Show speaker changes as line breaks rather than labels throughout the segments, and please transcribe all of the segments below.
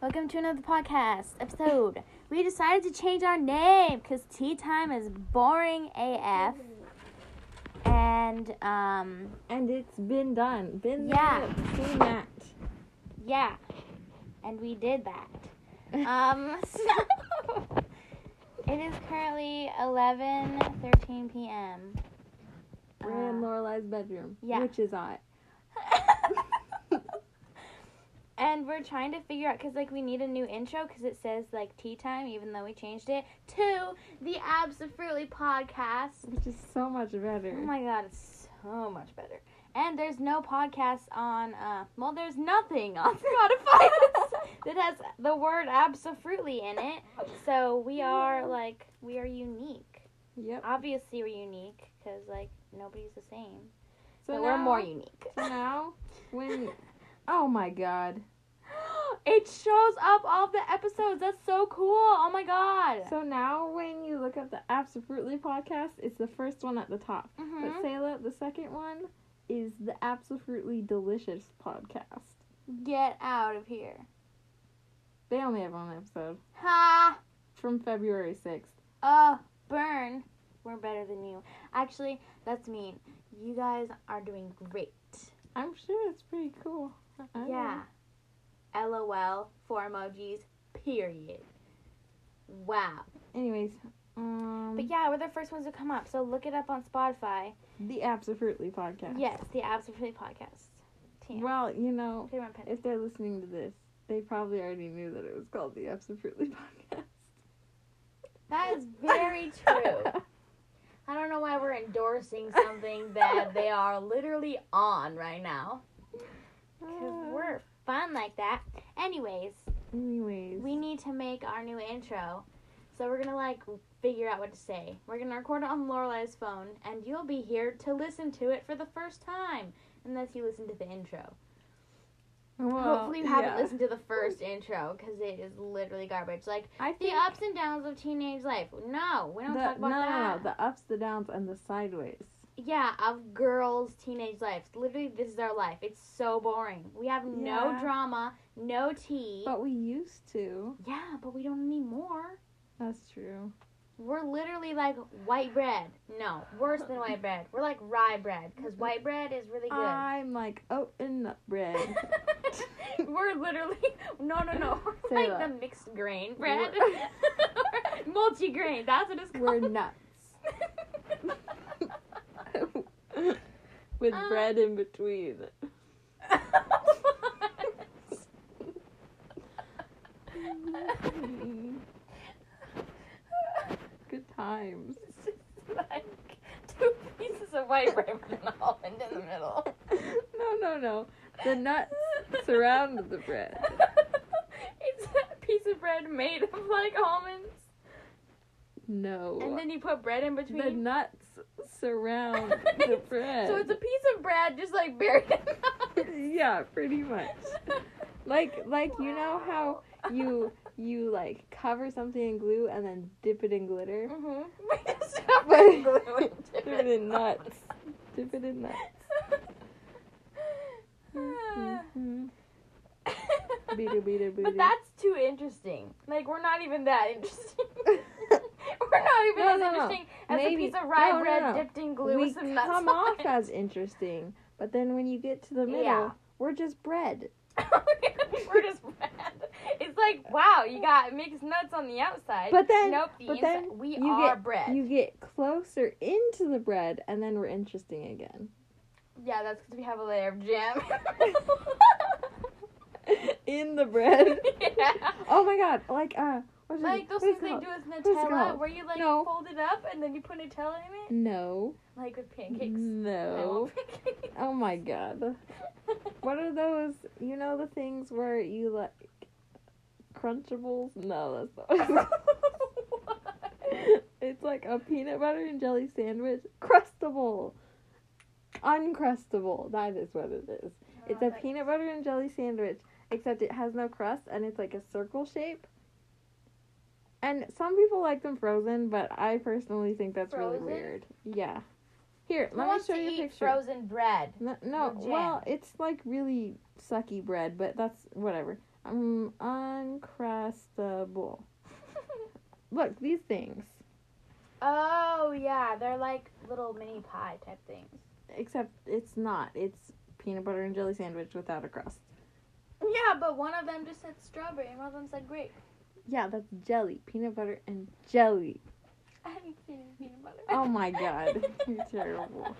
Welcome to another podcast episode. we decided to change our name because tea time is boring AF. And, um,
And it's been done. Been
Yeah.
there, seen that.
yeah. And we did that. Um, so it is currently 11 13 p.m.
We're in
Uh,
Lorelai's bedroom,
yeah.
which is hot.
and we're trying to figure out because like we need a new intro because it says like tea time even though we changed it to the absolutely podcast
Which is so much better.
oh my god it's so much better and there's no podcast on uh well there's nothing on spotify that has the word absolutely in it so we are like we are unique
yep.
obviously we're unique because like nobody's the same
So
so we're
now-
more unique
So now, when oh my god.
it shows up all the episodes. That's so cool. Oh my god.
So now, when you look up the Absolutely podcast, it's the first one at the top. But
Mhm.
Sayla, the second one is the Absolutely Delicious podcast.
Get out of here.
They only have one episode
Ha.
from February sixth.
Oh, burn. We're better than you. Actually, that's mean. You guys are doing great.
I'm sure it's pretty cool. I
Yeah. LOL. Four emojis. Period. Wow.
Anyways, um,
But yeah, we're the first ones to come up. So look it up on Spotify.
the Absolutely podcast.
Yes, the Absolutely Podcast. Team.
Well, you know,
Okay, my pen.
if they're listening to this, they probably already knew that it was called the Absolutely podcast.
That is very true.
I don't know why we're endorsing something that they are literally on right now.
Because
Mm.
we're fun like that. Anyways,
Anyways,
we need to make our new intro. So we're gonna like figure out what to say. We're gonna record it on Lorelai's phone, and you'll be here to listen to it for the first time. Unless you listen to the intro.
well,
Hopefully, you haven't
yeah.
listened to the first intro because it is literally garbage. Like
I
the
think
ups and downs of teenage life. No, we
the,
don't talk
no,
about
no,
that.
no, the ups, the downs, and the sideways.
Yeah, of girls' teenage life. Literally, this is our life. It's so boring. We have no
Yeah. Oh.
drama, no tea.
But we used to.
Yeah, but we don't need more.
That's true.
We're literally like white bread. No, worse than white bread. We're like rye bread because white bread is really good.
I'm like oat and nut bread.
We're literally no, no, no. We're
Say
like
that.
the mixed grain bread,
We're-
multi grain. That's what it's
We're
called.
nuts with
Uh.
bread in between. Good times.
It's just like two pieces of white bread with an almond in the middle.
no, no, no. The nuts surround the bread.
it's a piece of bread made of like almonds.
No.
and then you put bread in between.
the nuts surround the bread.
So it's a piece of bread just like buried in the
yeah, pretty much. Like like you know how you you like cover something in glue and then dip it in glitter.
hmm
Mm-hmm. We just got red glue and
dip it in nuts. Dip it in nuts.
Mm-hmm.
Mhm. Beater, beater, beater.
But that's too interesting. Like we're not even that interesting. we're not even
No,
as
no, no.
interesting as
Maybe-
a piece of rye
no, no,
bread
no.
dipped in glue
we
with some nuts.
come
on
off
it.
as interesting, but then when you get to the middle,
Yeah.
we're just bread.
Oh, we're just bread. It's like wow, you got mixed nuts on the outside.
But then-
nope, the
but
inside.
then
we
you
are
get-
bread.
You get closer into the bread, and then we're interesting again.
Yeah, that's because we have a layer of jam.
In the bread.
yeah.
Oh my god! Like uh, what's
Like those things they do with
What's it
Nutella,
called?
where you like
No.
fold it up and then you put Nutella in it,
No.
like with pancakes. I
No.
want pancakes.
Oh my god. What are those? You know the things where you like crunchables? No, that's not. What it's, called. it's like a peanut butter and jelly sandwich, crustable, uncrustable. That is what it is.
Oh,
It's a peanut butter and jelly sandwich, except it has no crust and it's like a circle shape. And some people like them frozen, but I personally think that's
Frozen?
really weird. Yeah. Here,
Who
let me
wants
show
to
you a
eat
picture.
frozen bread?
No, no
Or jam.
well, it's like really sucky bread, but that's whatever. Um, uncrustable. Look, these things.
Oh yeah, they're like little mini pie type things.
Except it's not. It's peanut butter and jelly sandwich without a crust.
Yeah, but one of them just said strawberry and one of them said grape.
Yeah, that's jelly. Peanut butter and jelly.
I haven't seen any peanut butter.
Oh my god. You're terrible.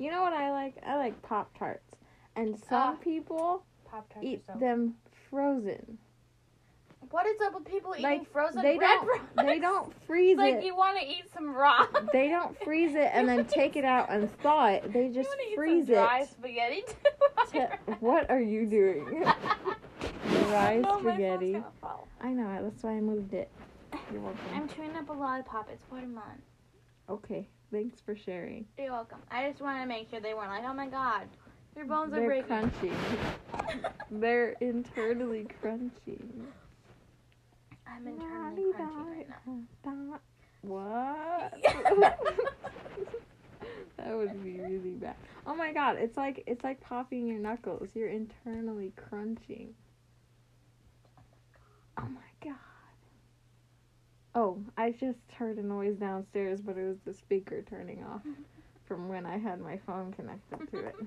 You know what I like? I like Pop Tarts. And some
Ah.
people
Pop tart
eat them frozen.
What is up with people eating
Like,
frozen
they
bread
don't-
products?
They don't freeze
like
it.
you want to eat some raw.
They don't freeze it and then take it out and thaw it. They just
you wanna
freeze
eat some dry
it.
spaghetti too.
To- what are you doing? Dry
Oh, my phone's
spaghetti.
gonna fall.
I know it. That's why I moved it. You're welcome.
I'm chewing up a lollipop. It's watermelon.
Okay. Thanks for sharing.
You're welcome. I just wanted to make sure they weren't like, oh my god, your bones are
They're
breaking.
crunchy. They're internally crunchy.
I'm internally crunchy right now.
What? that would be really bad. Oh my god, it's like it's like popping your knuckles. You're internally crunching. Oh my god. Oh, I just heard a noise downstairs, but it was the speaker turning off from when I had my phone connected to it.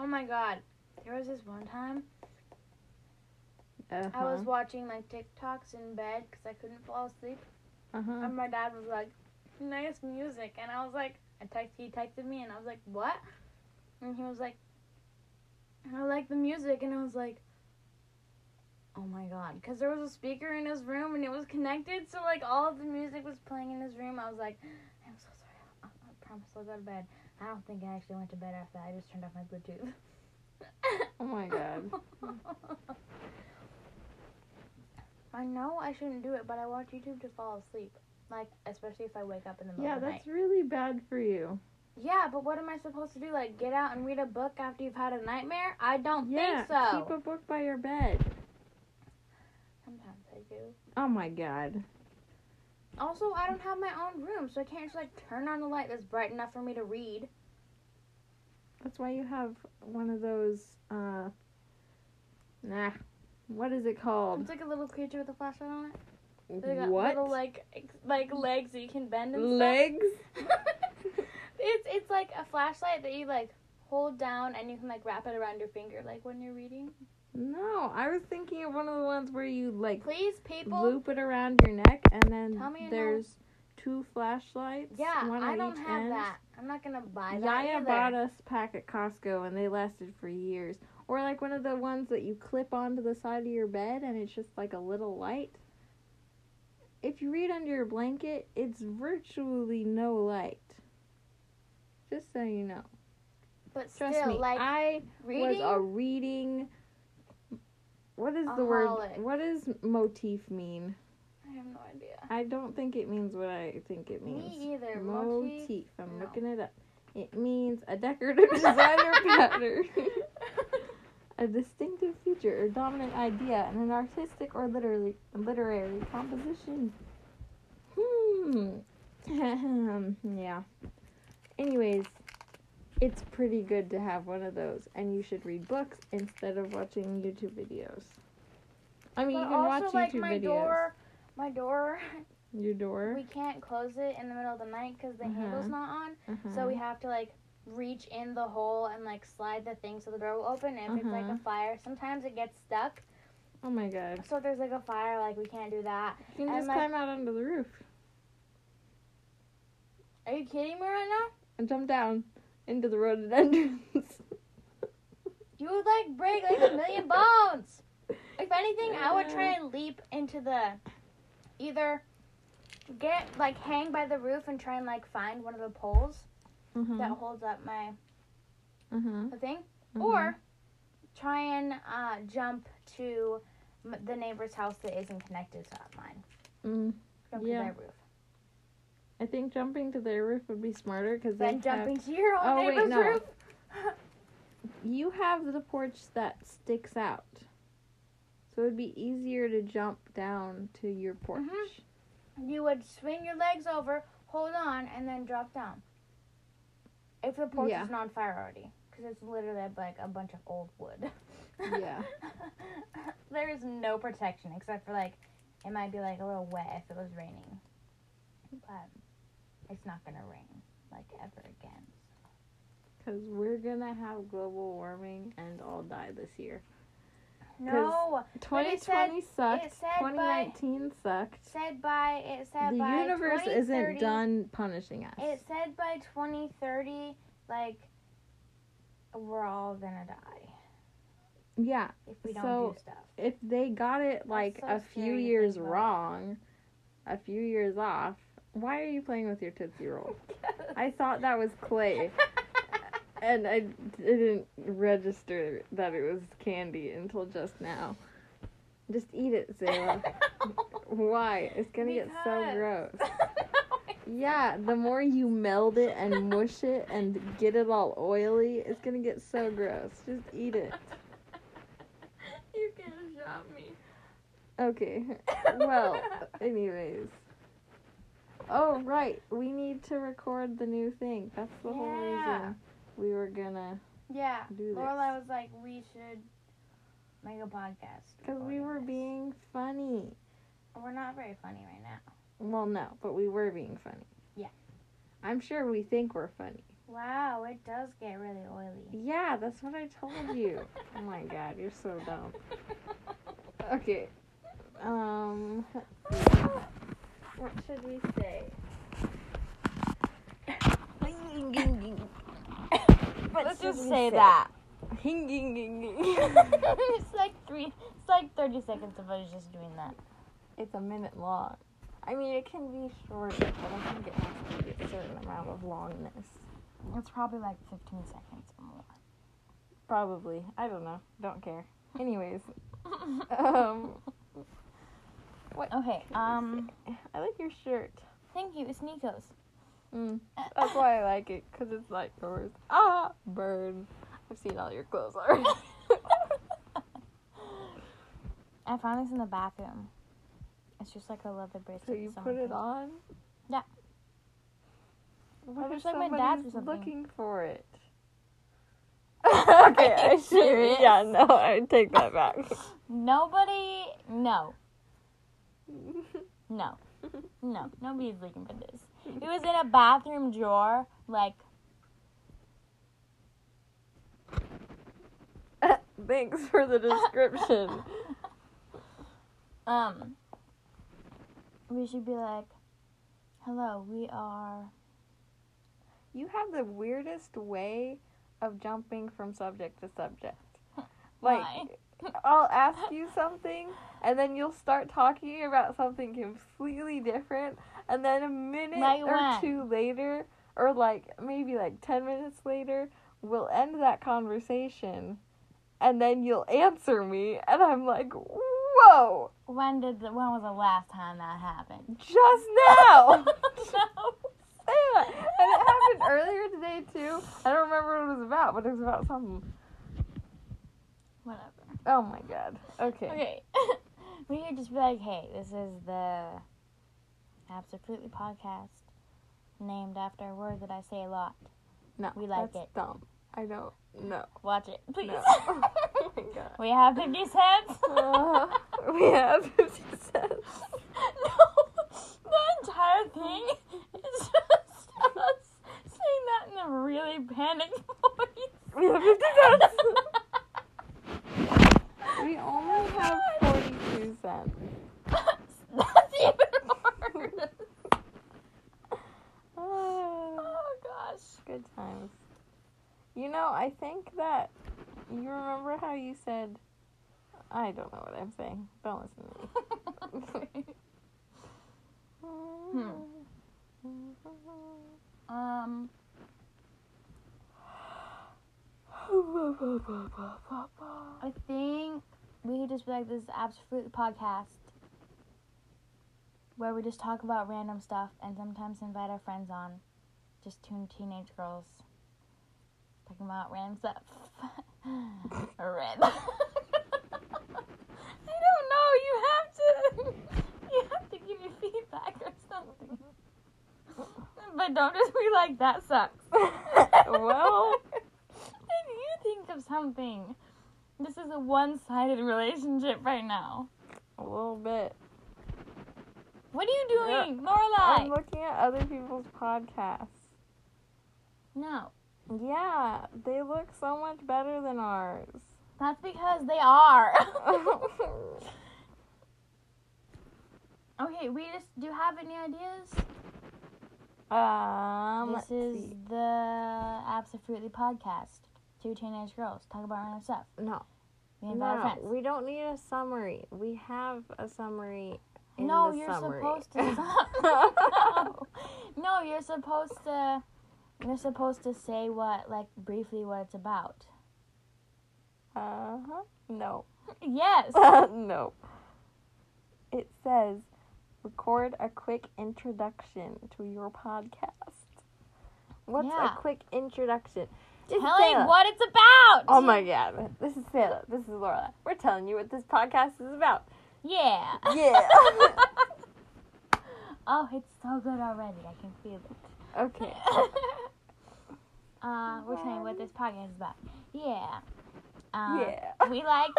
Oh my god. There was this one time
Uh-huh.
I was watching like TikToks in bed because I couldn't fall asleep.
uh-huh.
And my dad was like, nice music. And I was like, I text, he texted me and I was like, what? And he was like, I like the music. And I was like, oh my God. Because there was a speaker in his room and it was connected. So, like, all of the music was playing in his room. I was like, I'm so sorry. I, I promise I'll go to bed. I don't think I actually went to bed after that. I just turned off my Bluetooth.
Oh my god.
I know I shouldn't do it, but I watch YouTube to fall asleep. Like, especially if I wake up in the middle
Yeah,
of the
that's
night.
really bad for you.
Yeah, but what am I supposed to do? Like, get out and read a book after you've had a nightmare? I don't
Yeah,
think so.
keep a book by your bed.
Sometimes I do.
Oh my god.
Also, I don't have my own room, so I can't just, like, turn on the light that's bright enough for me to read.
That's why you have one of those uh nah. What is it called?
It's like a little creature with a flashlight on it. They got
What?
little, like, ex- like legs that you can bend and stuff.
Legs?
it's it's like a flashlight that you like hold down and you can like wrap it around your finger like when you're reading.
No, I was thinking of one of the ones where you like
Please, people.
loop it around your neck and then
Tell me you know-
there's two flashlights.
yeah,
one
I
on
don't
each
have
end.
that. I'm not gonna buy that
Yaya
either.
bought us a pack at Costco and they lasted for years. Or like one of the ones that you clip onto the side of your bed and it's just like a little light. If you read under your blanket, it's virtually no light. Just so you know.
but
Trust
still,
me.
like
I
reading.
was a reading what is the word
Aholic.
what does motif mean?
I have no idea.
I don't think it means what I think it means.
Me either. Mochi.
Motif. I'm
No.
looking it up. It means a decorative designer pattern, a distinctive feature or dominant idea in an artistic or literary literary composition. Hmm. yeah. Anyways, it's pretty good to have one of those, and you should read books instead of watching YouTube videos. I mean,
But
you can
also,
watch YouTube
like my
videos.
door, my door,
Your door.
we can't close it in the middle of the night because the
Uh-huh.
handle's not on.
Uh-huh.
So we have to like reach in the hole and like slide the thing so the door will open. If it's like
Uh-huh.
a fire, sometimes it gets stuck.
oh my god.
So if there's like a fire, like we can't do that.
You can
And,
just
like-
climb out onto the roof
Are you kidding me right now?
and jump down into the rhododendrons.
You would like break like a million bones. If anything, I would try
Uh.
and leap into the either get like hang by the roof and try and like find one of the poles that
uh-huh.
holds up my
Uh-huh.
the thing, or try and uh, jump to m- the neighbor's house that isn't connected to mine. Mm-hmm.
Mm.
jump
Yeah.
to their roof.
I think jumping to their roof would be smarter because
Then jumping to your own
Oh, wait,
neighbor's
no.
roof.
you have the porch that sticks out. So it would be easier to jump down to your porch.
Mm-hmm. You would swing your legs over, hold on, and then drop down. If the porch
Yeah.
isn't on fire already. 'Cause because it's literally like a bunch of old wood.
Yeah.
there is no protection except for like it might be like a little wet if it was raining, but it's not gonna rain like ever again.
Because we're gonna have global warming and all die this year.
No, But it said-
2020 sucked.
it said by-
2019 sucked.
said by it said
The
by
universe
2030
isn't done punishing us.
It said by 2030, like we're all gonna die
yeah,
if we don't
So,
do stuff.
if they got it like
so
a
scary
few
to
years
think about.
wrong, a few years off, why are you playing with your Tootsie Roll? I thought that was clay, and I didn't register that it was candy until just now. Just eat it, Zayla. Why? It's gonna get so
Because-
gross. Yeah, the more you meld it and mush it and get it all oily, it's gonna get so gross. Just eat it.
You're gonna shot me.
Okay. Well, anyways. Oh, right. We need to record the new thing. That's the whole
Yeah.
reason we were gonna.
yeah.
do
Lorelai
this.
was like, we should make a podcast.
Because we
recording
were
this."
being funny.
We're not very funny right now.
Well, no, but we were being funny.
Yeah.
I'm sure we think we're funny.
Wow, it does get really oily.
Yeah, that's what I told you. oh my god, you're so dumb. Okay. Um, what should we say?
Let's
should
just
we
say
say?
that.
it's
it's like three. It's like thirty seconds of us just doing that.
a minute long. I mean, it can be shorter, but I think it has to be a certain amount of longness.
It's probably like fifteen seconds or more.
Probably. I don't know. Don't care. Anyways, um,
Okay. Um.
I like your shirt.
Thank you. It's Nico's.
Mm, that's why I like it, because it's like yours. Ah, burn. I've seen all your clothes already.
I found this in the bathroom. It's just like a leather bracelet.
so you
someone
put it
put-
on?
Yeah.
What
I
if
wish, like, my dad
somebody's
was something.
looking for it? okay, I should.
Serious?
Yeah, no, I take that back.
Nobody. No. No. No. Nobody's looking for this. It was in a bathroom drawer. Like
Thanks for the description.
um. We should be like, hello. We are.
You have the weirdest way of jumping from subject to subject. Like, I'll ask you something, and then you'll start talking about something completely different, and then a minute
Like
or
when?
two later, or like maybe like 10 minutes later, we'll end that conversation, and then you'll answer me, and I'm like, whoa,
When did the, when was the last time that happened?
just now!
no.
Yeah, and it happened earlier today too. I don't remember what it was about, but it was about something.
Whatever.
Oh my god. Okay.
Okay. we could just be like, hey, this is the Absolutely podcast named after a word that I say a lot.
No,
We like
that's
it.
Dumb. I don't. No.
Watch it, please.
No. oh my god.
we have 50 cents.
Uh, we have 50 cents.
no, the entire thing is just us saying that in a really panicked voice.
We have 50 cents. We only have 42 cents.
That's even worse.
Ah,
Oh gosh.
good times. You know, I think that. You remember how you said. I don't know what I'm saying. Don't listen to me.
Hmm. um, I think we could just be like this is absolutely podcast where we just talk about random stuff and sometimes invite our friends on. Just two teenage girls talking about random stuff. random. I don't know. You have to. You have to give me feedback or something. But don't just be like that sucks.
Well.
And something. This is a one sided relationship right now.
A little bit.
What are you doing,
I'm
Lorelai?
looking at other people's podcasts.
No,
Yeah, they look so much better than ours.
that's because they are. okay, we just do you have any ideas?
um,
this
let's
is
see.
the Absolutely podcast. Two teenage girls talk about random stuff.
no,
We invite our
no,
friends.
we don't need a summary. We have a summary. In
no,
the
you're
summary.
supposed to. Uh-huh. no. no, you're supposed to. You're supposed to say what, like, briefly what it's about.
Uh huh. No.
Yes.
no. It says record a quick introduction to your podcast. What's
Yeah.
a quick introduction? Just
Telling
Sarah.
what it's about.
Oh my god. This is Sarah. This is Laura. We're telling you what this podcast is about.
Yeah.
Yeah.
oh, it's so good already. I can feel it.
Okay.
uh, we're telling you what this podcast is about. Yeah. Uh,
yeah.
We like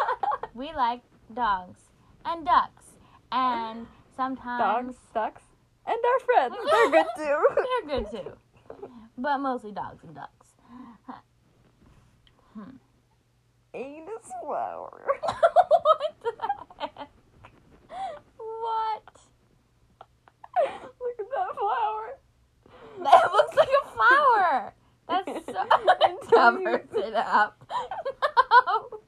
we like dogs and ducks and sometimes
Dogs, ducks, and our friends. They're good too.
They're good too, but mostly dogs and ducks.
Anus flower.
what the heck? What?
Look at that flower.
That looks like a flower. That's so
It
covers
does.
it up. no,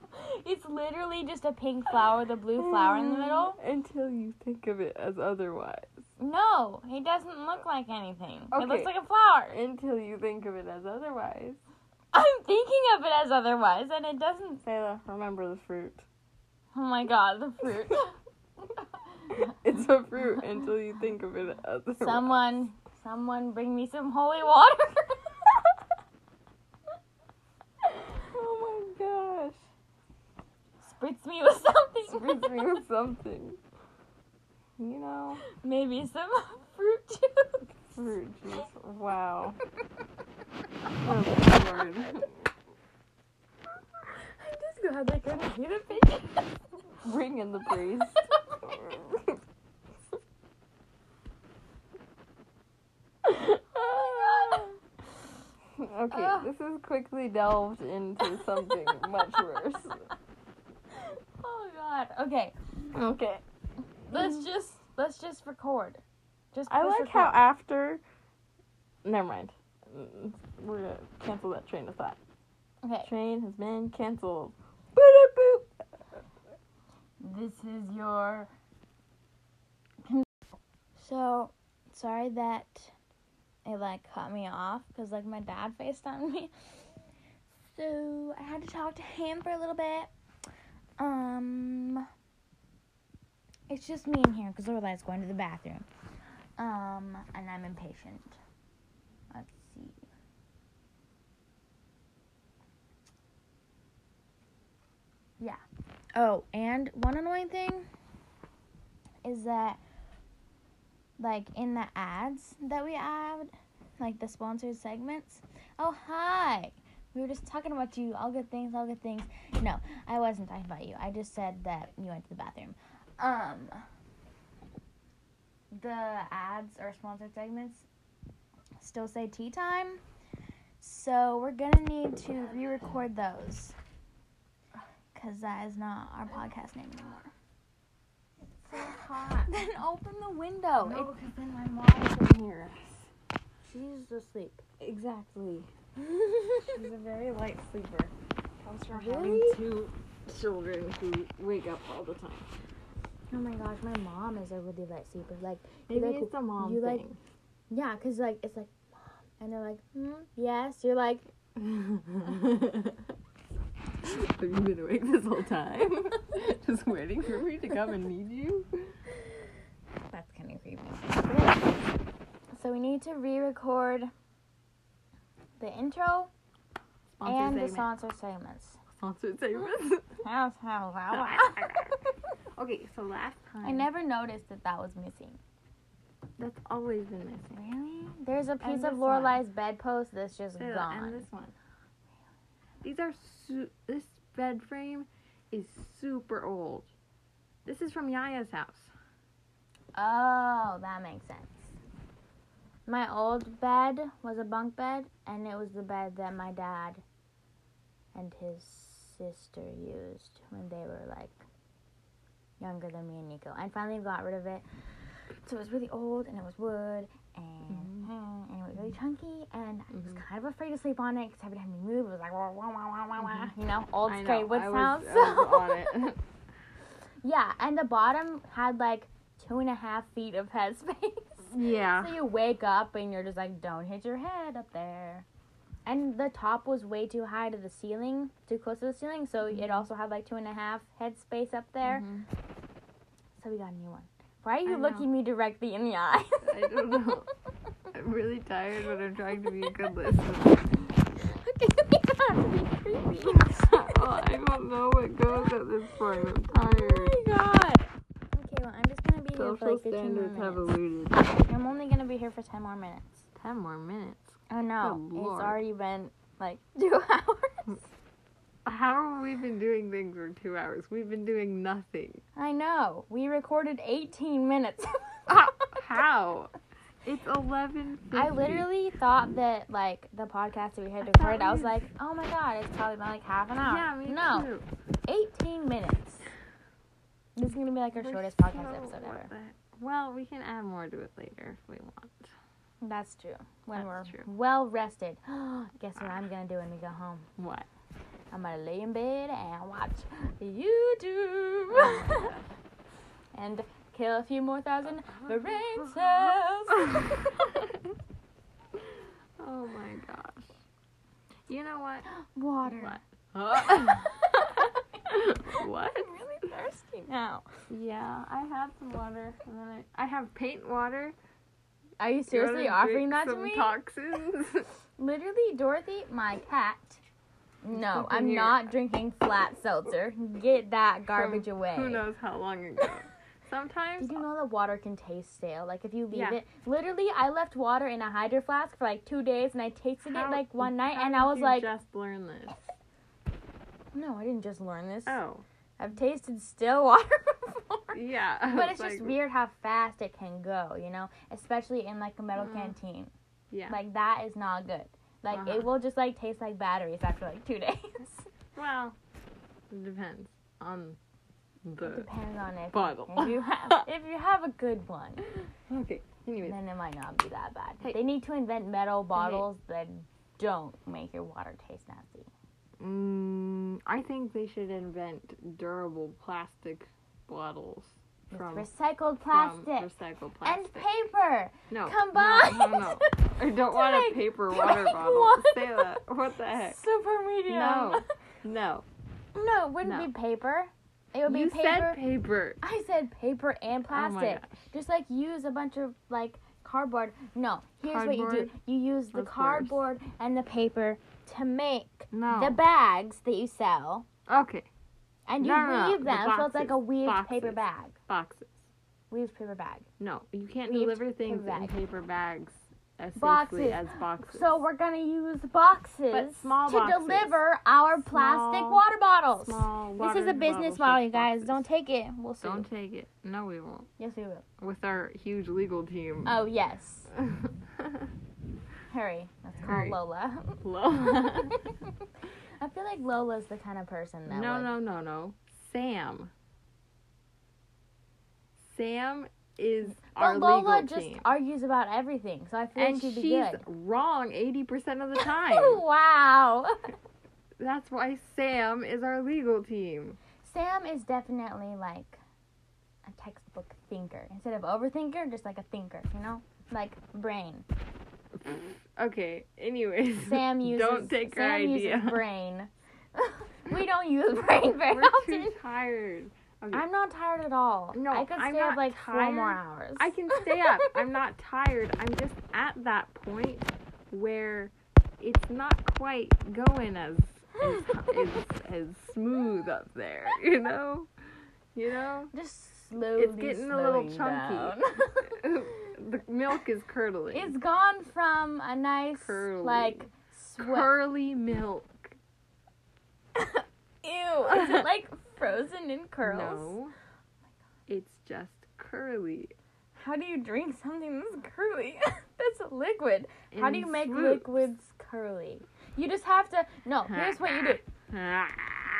it's literally just a pink flower, the blue flower
Mm.
in the middle.
Until you think of it as otherwise.
No, it doesn't look like anything. It
Okay.
looks like a flower.
Until you think of it as otherwise.
I'm thinking of it as otherwise, and it doesn't.
Sayla, remember the fruit.
Oh my god, the fruit.
It's a fruit until you think of it as otherwise.
someone, someone, bring me some holy water.
Oh my gosh.
Spritz me with something.
Reminds me of something. You know,
Maybe some fruit juice.
fruit juice. Wow. Oh my lord.
I'm just glad they couldn't see the picture.
Bring in the priest. okay,
Ugh.
this has quickly delved into something much worse.
Oh god. Okay,
Okay.
let's just let's just record. Just
Mm. I
push
like how
record.
after. Never mind. Mm, We're gonna cancel that train of thought.
Okay.
Train has been canceled. Boop boop.
This is your. So, sorry that it like cut me off because like my dad faced on me. So I had to talk to him for a little bit. Um, it's just me in here because Lorelai's going to the bathroom. Um, and I'm impatient. Let's see. Yeah. Oh, and one annoying thing is that, like, in the ads that we add, like the sponsored segments. Oh, hi! We were just talking about you. All good things, all good things. No, I wasn't talking about you. I just said that you went to the bathroom. Um, the ads or sponsored segments still say tea time. So we're gonna need to re record those because that is not our podcast name anymore.
hot.
Then open the window.
because then my mom can hear us.
she's asleep.
Exactly.
Oh
She's a very light sleeper. Comes from
Really?
having two children who wake up all the time.
oh my gosh, my mom is a really light sleeper. Like, you
Maybe
like-
it's a mom
you like-
thing.
yeah, because like it's like, mom, and they're like, hmm, yes. You're like,
Have you been awake this whole time? Just waiting for me to come and meet you?
that's kind of creepy. So we need to re-record the intro and the sponsor segments.
Sponsored segments. okay, so last time.
I never noticed that that was missing.
That's always been missing.
Really? There's a piece
this
of
one.
Lorelai's bedpost that's just
Yeah,
gone.
And this one. These are su- this bed frame is super old. This is from Yaya's house.
Oh, that makes sense. My old bed was a bunk bed, and it was the bed that my dad and his sister used when they were like younger than me and Nico. And finally got rid of it. So it was really old, and it was wood, and,
Mm-hmm.
and it was really chunky, and I was kind of afraid to sleep on it because every time you move, it was like, wah, wah, wah, wah, wah, wah, you know, old
Mm-hmm. I
scary
know,
wood
I
sounds.
was- I was on it.
yeah, and the bottom had like two and a half feet of headspace.
yeah.
So you wake up and you're just like, don't hit your head up there. And the top was way too high to the ceiling, too close to the ceiling, so it
Mm-hmm.
also had like two and a half head space up there.
Mhm.
So we got a new one. Why are
I
you
know.
looking me directly in the eye?
I don't know. I'm really tired, but I'm trying to be a good listener.
okay, we got really creepy.
oh, I don't know what goes at this point. I'm
Oh
tired.
my god. Okay, well I'm just gonna be here for
Social
like 15 more
standards have
minutes.
eluded.
I'm only gonna be here for 10 more minutes.
Ten more minutes.
Oh no,
Good
it's
lord.
already been like two hours.
How have we been doing things for two hours? We've been doing nothing.
I know. We recorded 18 minutes.
Ah, How? It's eleven.
I literally thought that like the podcast that we had recorded,
thought
I was
we-
like, oh my god, it's probably been like half an hour.
Yeah, me
no,
too.
18 minutes. This is gonna be like our
We're
shortest podcast
so-
episode
what
ever.
the- Well, we can add more to it later if we want.
That's true. When
That's
we're
true.
well rested. Guess what I'm gonna do when we go home?
What?
I'm gonna lay in bed and watch
Oh
YouTube and kill a few more thousand brain cells.
Oh my gosh. You know what?
Water.
What? what?
I'm really thirsty now.
Yeah, I have some water. And then I, I have paint water.
Are you
You wanna
seriously offering that
drink
to
some
me?
toxins?
Literally, Dorothy, my cat. No,
Look in
I'm
here.
not drinking flat seltzer. Get that garbage
From
away.
Who knows how long ago. Sometimes.
Did you know that water can taste stale? Like if you leave
Yeah.
it. Literally, I left water in a hydro flask for like two days, and I tasted
How-
it like one night,
how
and
did
I was
you
like,
just learn this.
No, I didn't just learn this.
Oh,
I've tasted still water before.
yeah. I
But
was
it's just
like,
weird how fast it can go, you know, especially in like a metal
Mm.
canteen.
Yeah.
Like that is not good. Like
Uh-huh.
it will just like taste like batteries after like two days.
well, it depends on
It
the.
depends on if
bottle.
If you have, if you have a good one,
Okay. Anyways,
then it might not be that bad.
Hey.
They need to invent metal bottles that don't make your water taste nasty.
mm, I think they should invent durable plastic bottles
With
from
recycled
from
plastic,
recycled plastic.
and
Oh,
paper.
no,
combined.
No, no, no. I don't
To
want
make-
a paper
to
water
make
bottle.
one.
Say that. What the heck?
Super medium.
No. No.
no, it wouldn't
No.
be paper. It would
you
be paper.
said paper.
I said paper and
Oh my
plastic.
gosh.
Just like use a bunch of like cardboard. No, here's what you do.
Cardboard?
You use the
Of course.
cardboard and the paper to make
No.
the bags that you sell.
Okay.
And you
No, no, no,
weave
the
them, so it's like a
boxes,
weaved paper
boxes.
bag.
Boxes.
Weaved paper bag.
No, you can't
Leaves
deliver things
bag.
in paper bags as
Boxes.
safely as boxes.
So we're gonna use boxes
But small
to
boxes.
deliver our plastic
Small-
water bottles.
Small
this is a
water
business
bottle-shaped
model, you guys.
boxes.
Don't take it. We'll sue.
Don't take it. No, we won't.
yes, we will.
With our huge legal team.
Oh yes. Hurry. Let's call
Hurry.
Lola.
Lola.
I feel like Lola's the kind of person that
no,
would-
no, no, no. Sam. Sam is our
But Lola
legal
just
team.
argues about everything, so I feel
and
like she'd
she's
be good.
wrong 80% of the time.
wow.
That's why Sam is our legal team.
Sam is definitely like a textbook thinker. Instead of overthinker, just like a thinker, you know? Like brain.
Okay, anyways.
Sam uses
Don't take her
Sam
idea.
uses brain. we don't use brain very
We're
often.
too tired. Okay.
I'm not tired at all.
No,
I could
I'm
stay up
not
like four more
tired.
hours.
I can stay up. I'm not tired. I'm just at that point where it's not quite going as as, as, as smooth up there, you know? You know?
just slowly.
getting a little
slowing
chunky.
down.
the milk is curdling.
it's gone from a nice
Curly.
like sweat.
curly milk.
Ew. Is it like frozen in curls?
No. It's just curly.
How do you drink something that's curly? that's a liquid. How do
in
you make
swoops.
liquids curly? You just have to. No, here's what you do.
Ah.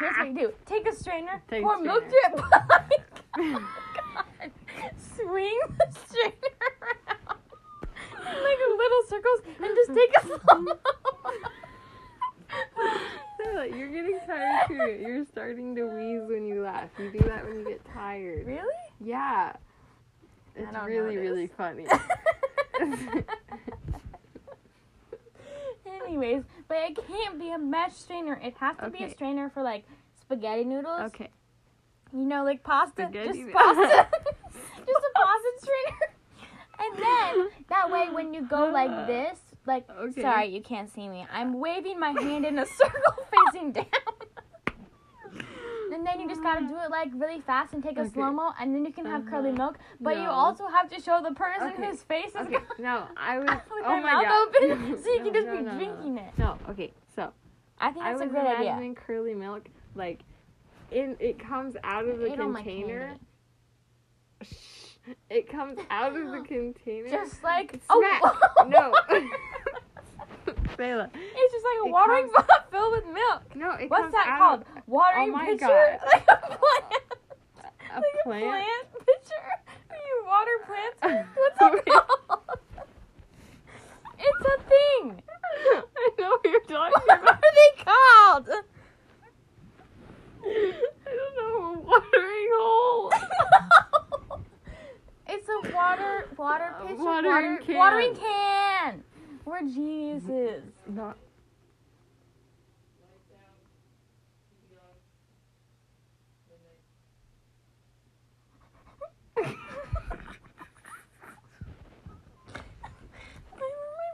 Here's what you do. Take a strainer,
Take a
pour milk
strainer.
drip. Oh my God. Swing the strainer around in like little circles and just take a
Sarah,
swallow.
You're getting tired too. You're starting to wheeze when you laugh. You do that when you get tired.
Really?
Yeah. It's
don't
really,
notice.
really funny.
Anyways, but it can't be a mesh strainer. It has to be a
Okay.
strainer for like spaghetti noodles.
okay.
You know, like pasta.
Spaghetti
just
noodles.
pasta. just a pasta strainer. And then that way when you go like this, like
Okay.
sorry, you can't see me. I'm waving my hand in a circle facing down. And then you just gotta do it like really fast and take a
Okay.
slow mo, and then you can have curly
Uh-huh.
milk. But you
No.
also have to show the person
Okay.
whose face is
Okay. No, I was.
with
oh
my
my
mouth
God.
open, so you can just be
no, no.
drinking it.
No. Okay. So
I think
I
that's
was
a great
imagining
idea.
curly milk like, in it comes out of the
Ate all my
container.
candy.
Shh. It comes out of the container.
Just like
Smack.
oh
No. Bela.
it's just like a
It
watering
comes-
pot filled with milk.
No, it
What's
comes
that
out
called?
of
Watering
my
pitcher?
God.
Like a plant.
a
like
plant?
a plant pitcher? When You water plants? with? What's that
Okay.
called? it's a thing.
I know what you're talking
What
about.
are they called?
I don't know. a Watering hole.
it's a water water
A
pitcher.
watering
water,
can.
Watering can. We're geniuses.
Not.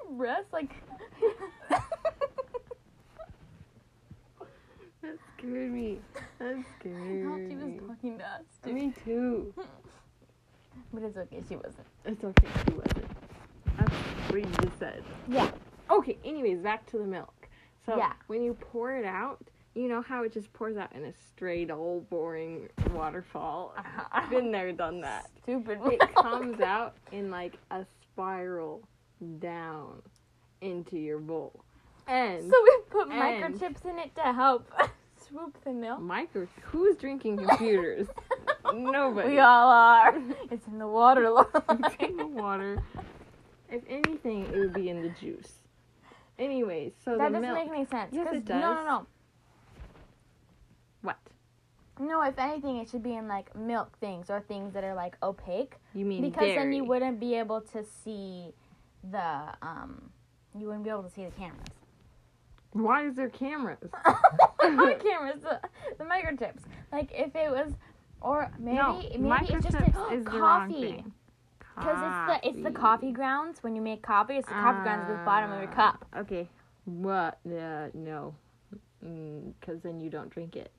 my breath, like.
That scared me. That scared
I thought she was
me.
talking to us, dude.
Me too.
But it's okay, she wasn't.
It's okay. She wasn't. That's what you just said.
Yeah.
Okay. Anyways, back to the milk. So
Yeah.
when you pour it out, you know how it just pours out in a straight old boring waterfall. Been there, done that.
Stupid.
It
milk.
comes out in like a spiral down into your bowl. And
So we put
and-
microchips in it to help swoop the milk.
micro, who's drinking computers? Nobody.
We all are. It's in the water, Lord.
It's in the water. If anything, it would be in the juice. Anyways, so
That
the
doesn't
milk.
make any sense.
Yes,
'cause-
it
No, no,
does.
no.
What?
No, if anything, it should be in like milk things or things that are like opaque,
You mean
because then you
dairy.
wouldn't be able to see the um, you wouldn't be able to see the cameras.
Why is there cameras?
the cameras, the, the microchips. Like if it was, or maybe
no,
maybe it's just
microchips
a,
is the wrong
coffee.
thing. Ah,
Because it's the it's the coffee grounds when you make coffee. It's the coffee grounds at the bottom of your cup.
Okay. What? Uh, no. Because then you don't drink it.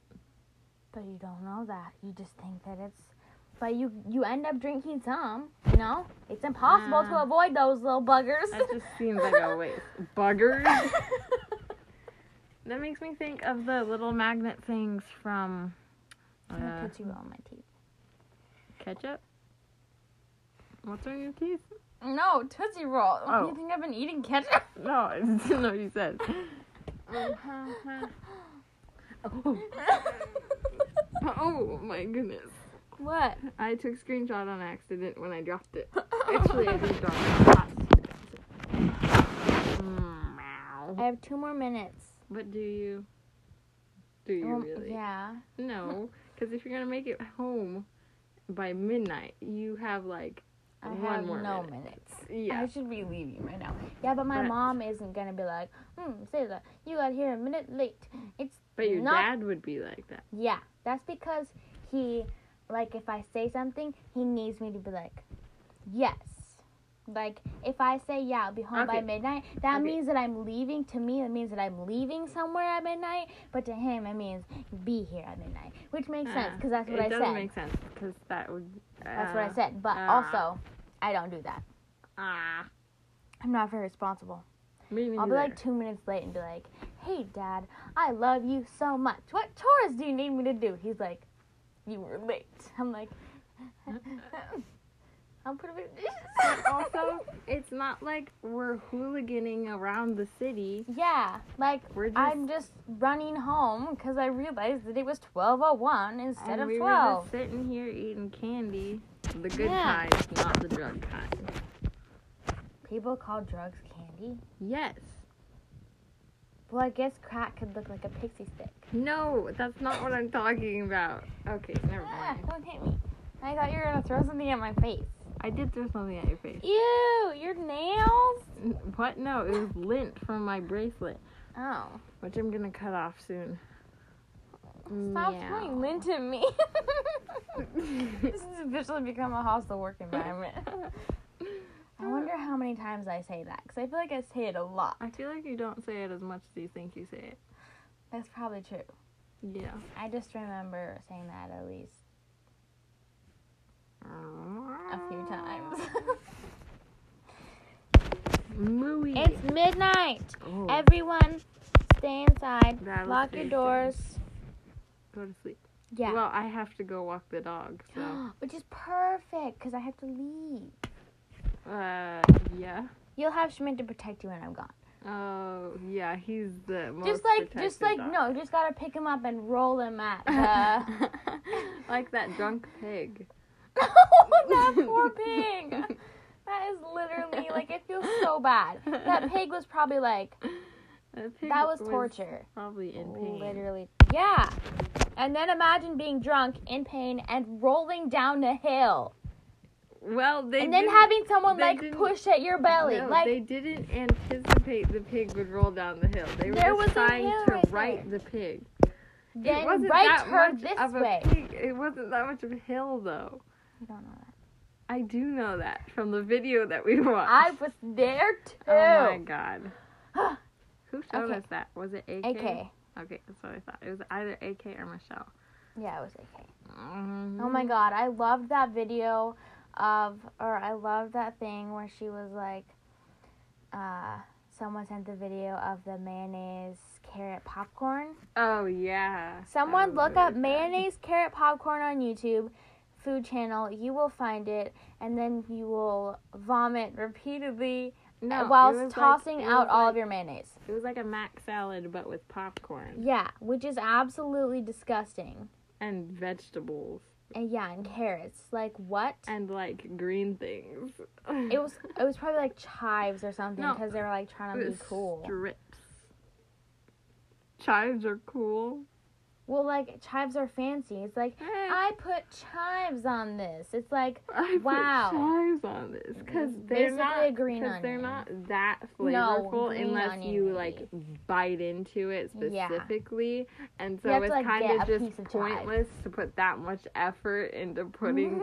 But you don't know that. You just think that it's. But you you end up drinking some. You know, it's impossible to
Nah.
avoid those little buggers.
That just seems like a waste. Buggers. That makes me think of the little magnet things from
I'm gonna
uh,
put you on my teeth.
ketchup. What's on your teeth?
No, Tootsie Roll.
Oh.
You think I've been eating ketchup?
No, I just didn't know what you said. oh, oh my goodness.
what?
I took screenshot on accident when I dropped it. Actually, I didn't drop it. Mm, meow.
I have two more minutes.
But do you? Do you
Well,
really?
Um, Yeah.
No, because if you're gonna make it home by midnight, you have like
I
one
have
more
no
minute.
minutes.
Yeah.
I should be leaving right now. Yeah, but my
But-
mom isn't gonna be like, hmm, Sayla, you got here a minute late. It's
But your
not
dad would be like that.
Yeah, that's because he, like, if I say something, he needs me to be like, yes. Like, if I say, yeah, I'll be home by
Okay.
midnight, that
Okay.
means that I'm leaving. To me, that means that I'm leaving somewhere at midnight. But to him, it means be here at midnight, which makes sense because that's what
Ah, it
I
doesn't
said.
make sense because that would.
that's what I said. But
uh.
also, I don't do that.
Ah,
I'm not very responsible.
me
I'll be
neither.
like two minutes late and be like, Hey, Dad, I love you so much. What chores do you need me to do? He's like, You were late. I'm like, I'll put away the dishes.
also, it's not like we're hooliganing around the city.
yeah, like,
We're just
I'm just running home because I realized that it was 12.01 instead
and
of
we
12.
were just sitting here eating candy, the good
Yeah.
kind, not the drug kind.
People call drugs candy.
Yes.
Well, I guess crack could look like a pixie stick.
No, that's not what I'm talking about. Okay, never
Ah,
mind.
don't hit me. I thought you were gonna throw something at my face.
I did throw something at your face.
Ew, your nails.
N- What? No, it was lint from my bracelet,
Oh,
which I'm gonna cut off soon.
stop
Meow.
throwing lint at me. this has officially become a hostile work environment. I wonder how many times I say that because I feel like I say it a lot.
I feel like you don't say it as much as you think you say it.
That's probably true.
Yeah.
I just remember saying that at least a few times.
Mooey.
It's midnight.
Oh,
Everyone, stay inside.
That was
Lock your
pretty
doors.
go to sleep.
yeah.
Well, I have to go walk the dog, so.
Which is perfect because I have to leave.
uh, yeah.
You'll have Schmidt to protect you when I'm gone.
Oh, yeah, he's the most
just like, just
protected
like,
dog.
no, just gotta pick him up and roll him at. The... uh,
like that drunk pig.
that poor pig. That is literally like it feels so bad. That pig was probably like
That pig
that was torture. Oh.
Probably in pain.
Literally, yeah. And then imagine being drunk in pain and rolling down a hill,
Well, they
and then
didn't-
having someone
they
like
didn't-
push at your belly,
no,
like
they didn't anticipate the pig would roll down the hill. They were
There
just
was a
trying
hill
to
right
right the pig. it
then
wasn't
right
that
her
much
this
of a
way.
Pig. It wasn't that much of a hill though.
You don't know that.
I do know that from the video that we watched.
I was there too.
Oh my god. Who showed
Okay.
us that? Was it AK?
AK.
Okay, that's what I thought. It was either AK or Michelle.
Yeah, it was AK. Oh
Mm-hmm.
my god, I loved that video of, or I loved that thing where she was like, uh, someone sent the video of the mayonnaise carrot popcorn.
Oh yeah. Oh,
Someone
That was
look up
really
mayonnaise carrot popcorn on YouTube, food channel. You will find it, and then you will vomit repeatedly
bad.
uh,
No, it
whilst
was
tossing
like, it
out
was
all
like,
of your mayonnaise.
It was like a mac salad but with popcorn
Yeah, which is absolutely disgusting.
and vegetables
And yeah, and carrots. Like what?
and like green things.
It was it was probably like chives or something
No.
because they were like trying
It
to be
was
cool.
Strips. Chives are cool.
well, like chives are fancy. It's like
Eh,
I put chives on this. It's like
I put
wow.
chives on this because
It's
they're
basically
not
a green
'cause they're
onion.
not that
No,
flavorful
green
unless you
onion
like bite into it
Yeah.
specifically, and so
have to,
it's
like,
kind
get
of
a piece
just
of chive.
pointless to put that much effort into putting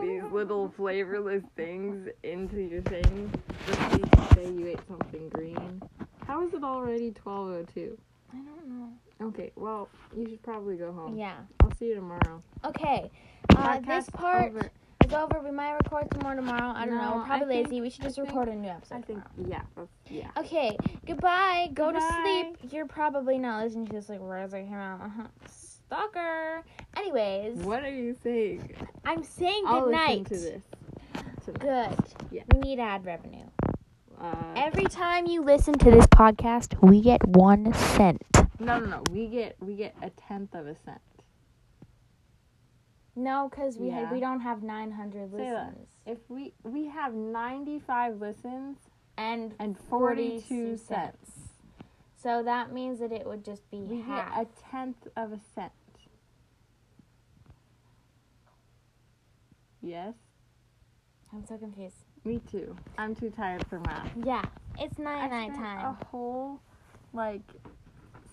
these little flavorless things into your thing. Just so you can say you ate something green. How is it already twelve oh two?
I don't know.
Okay, well you should probably go home.
Yeah.
I'll see you tomorrow.
Okay. Uh, this
Podcast
part
over.
is over. We might record some more tomorrow. I don't know.
No,
We're probably
I think-
lazy. We should just
I
record a new episode.
I think
tomorrow.
yeah, that's, yeah.
Okay. Goodbye. Go
Goodbye.
to sleep. You're probably not listening to this like right as I came out. Uh-huh. Stalker. Anyways,
What are you saying?
I'm saying good
I'll
night.
listen to this.
Good.
Yeah.
We need ad revenue.
Uh,
Every time you listen to this podcast, we get one cent.
no, no, no. We get we get a tenth of a cent.
No, because we
Yeah.
we don't have 900
Say that.
listens.
If we we have ninety five listens
And
and
42
forty two
cents.
cents,
so that means that it would just be
we get
half.
a tenth of a cent. Yes,
I'm so confused.
me too. I'm too tired for math.
Yeah, it's
I
night night
spent
time.
A whole like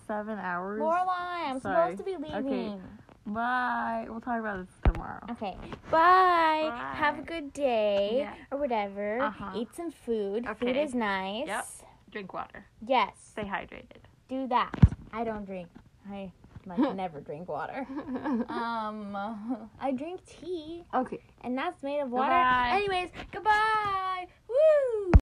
seven hours.
Lorelai, I'm
Oh. Sorry.
supposed to be
Okay.
leaving.
Bye. We'll talk about this tomorrow.
Okay. Bye. Have a
Bye.
good day
Yeah.
or whatever.
Uh-huh.
Eat some food. Food
Okay.
is nice.
Yep. Drink water.
Yes.
Stay hydrated.
Do that. I don't drink. I like never drink water. Um, I drink tea,
okay.
and that's made of water.
Goodbye.
Anyways, goodbye. Woo!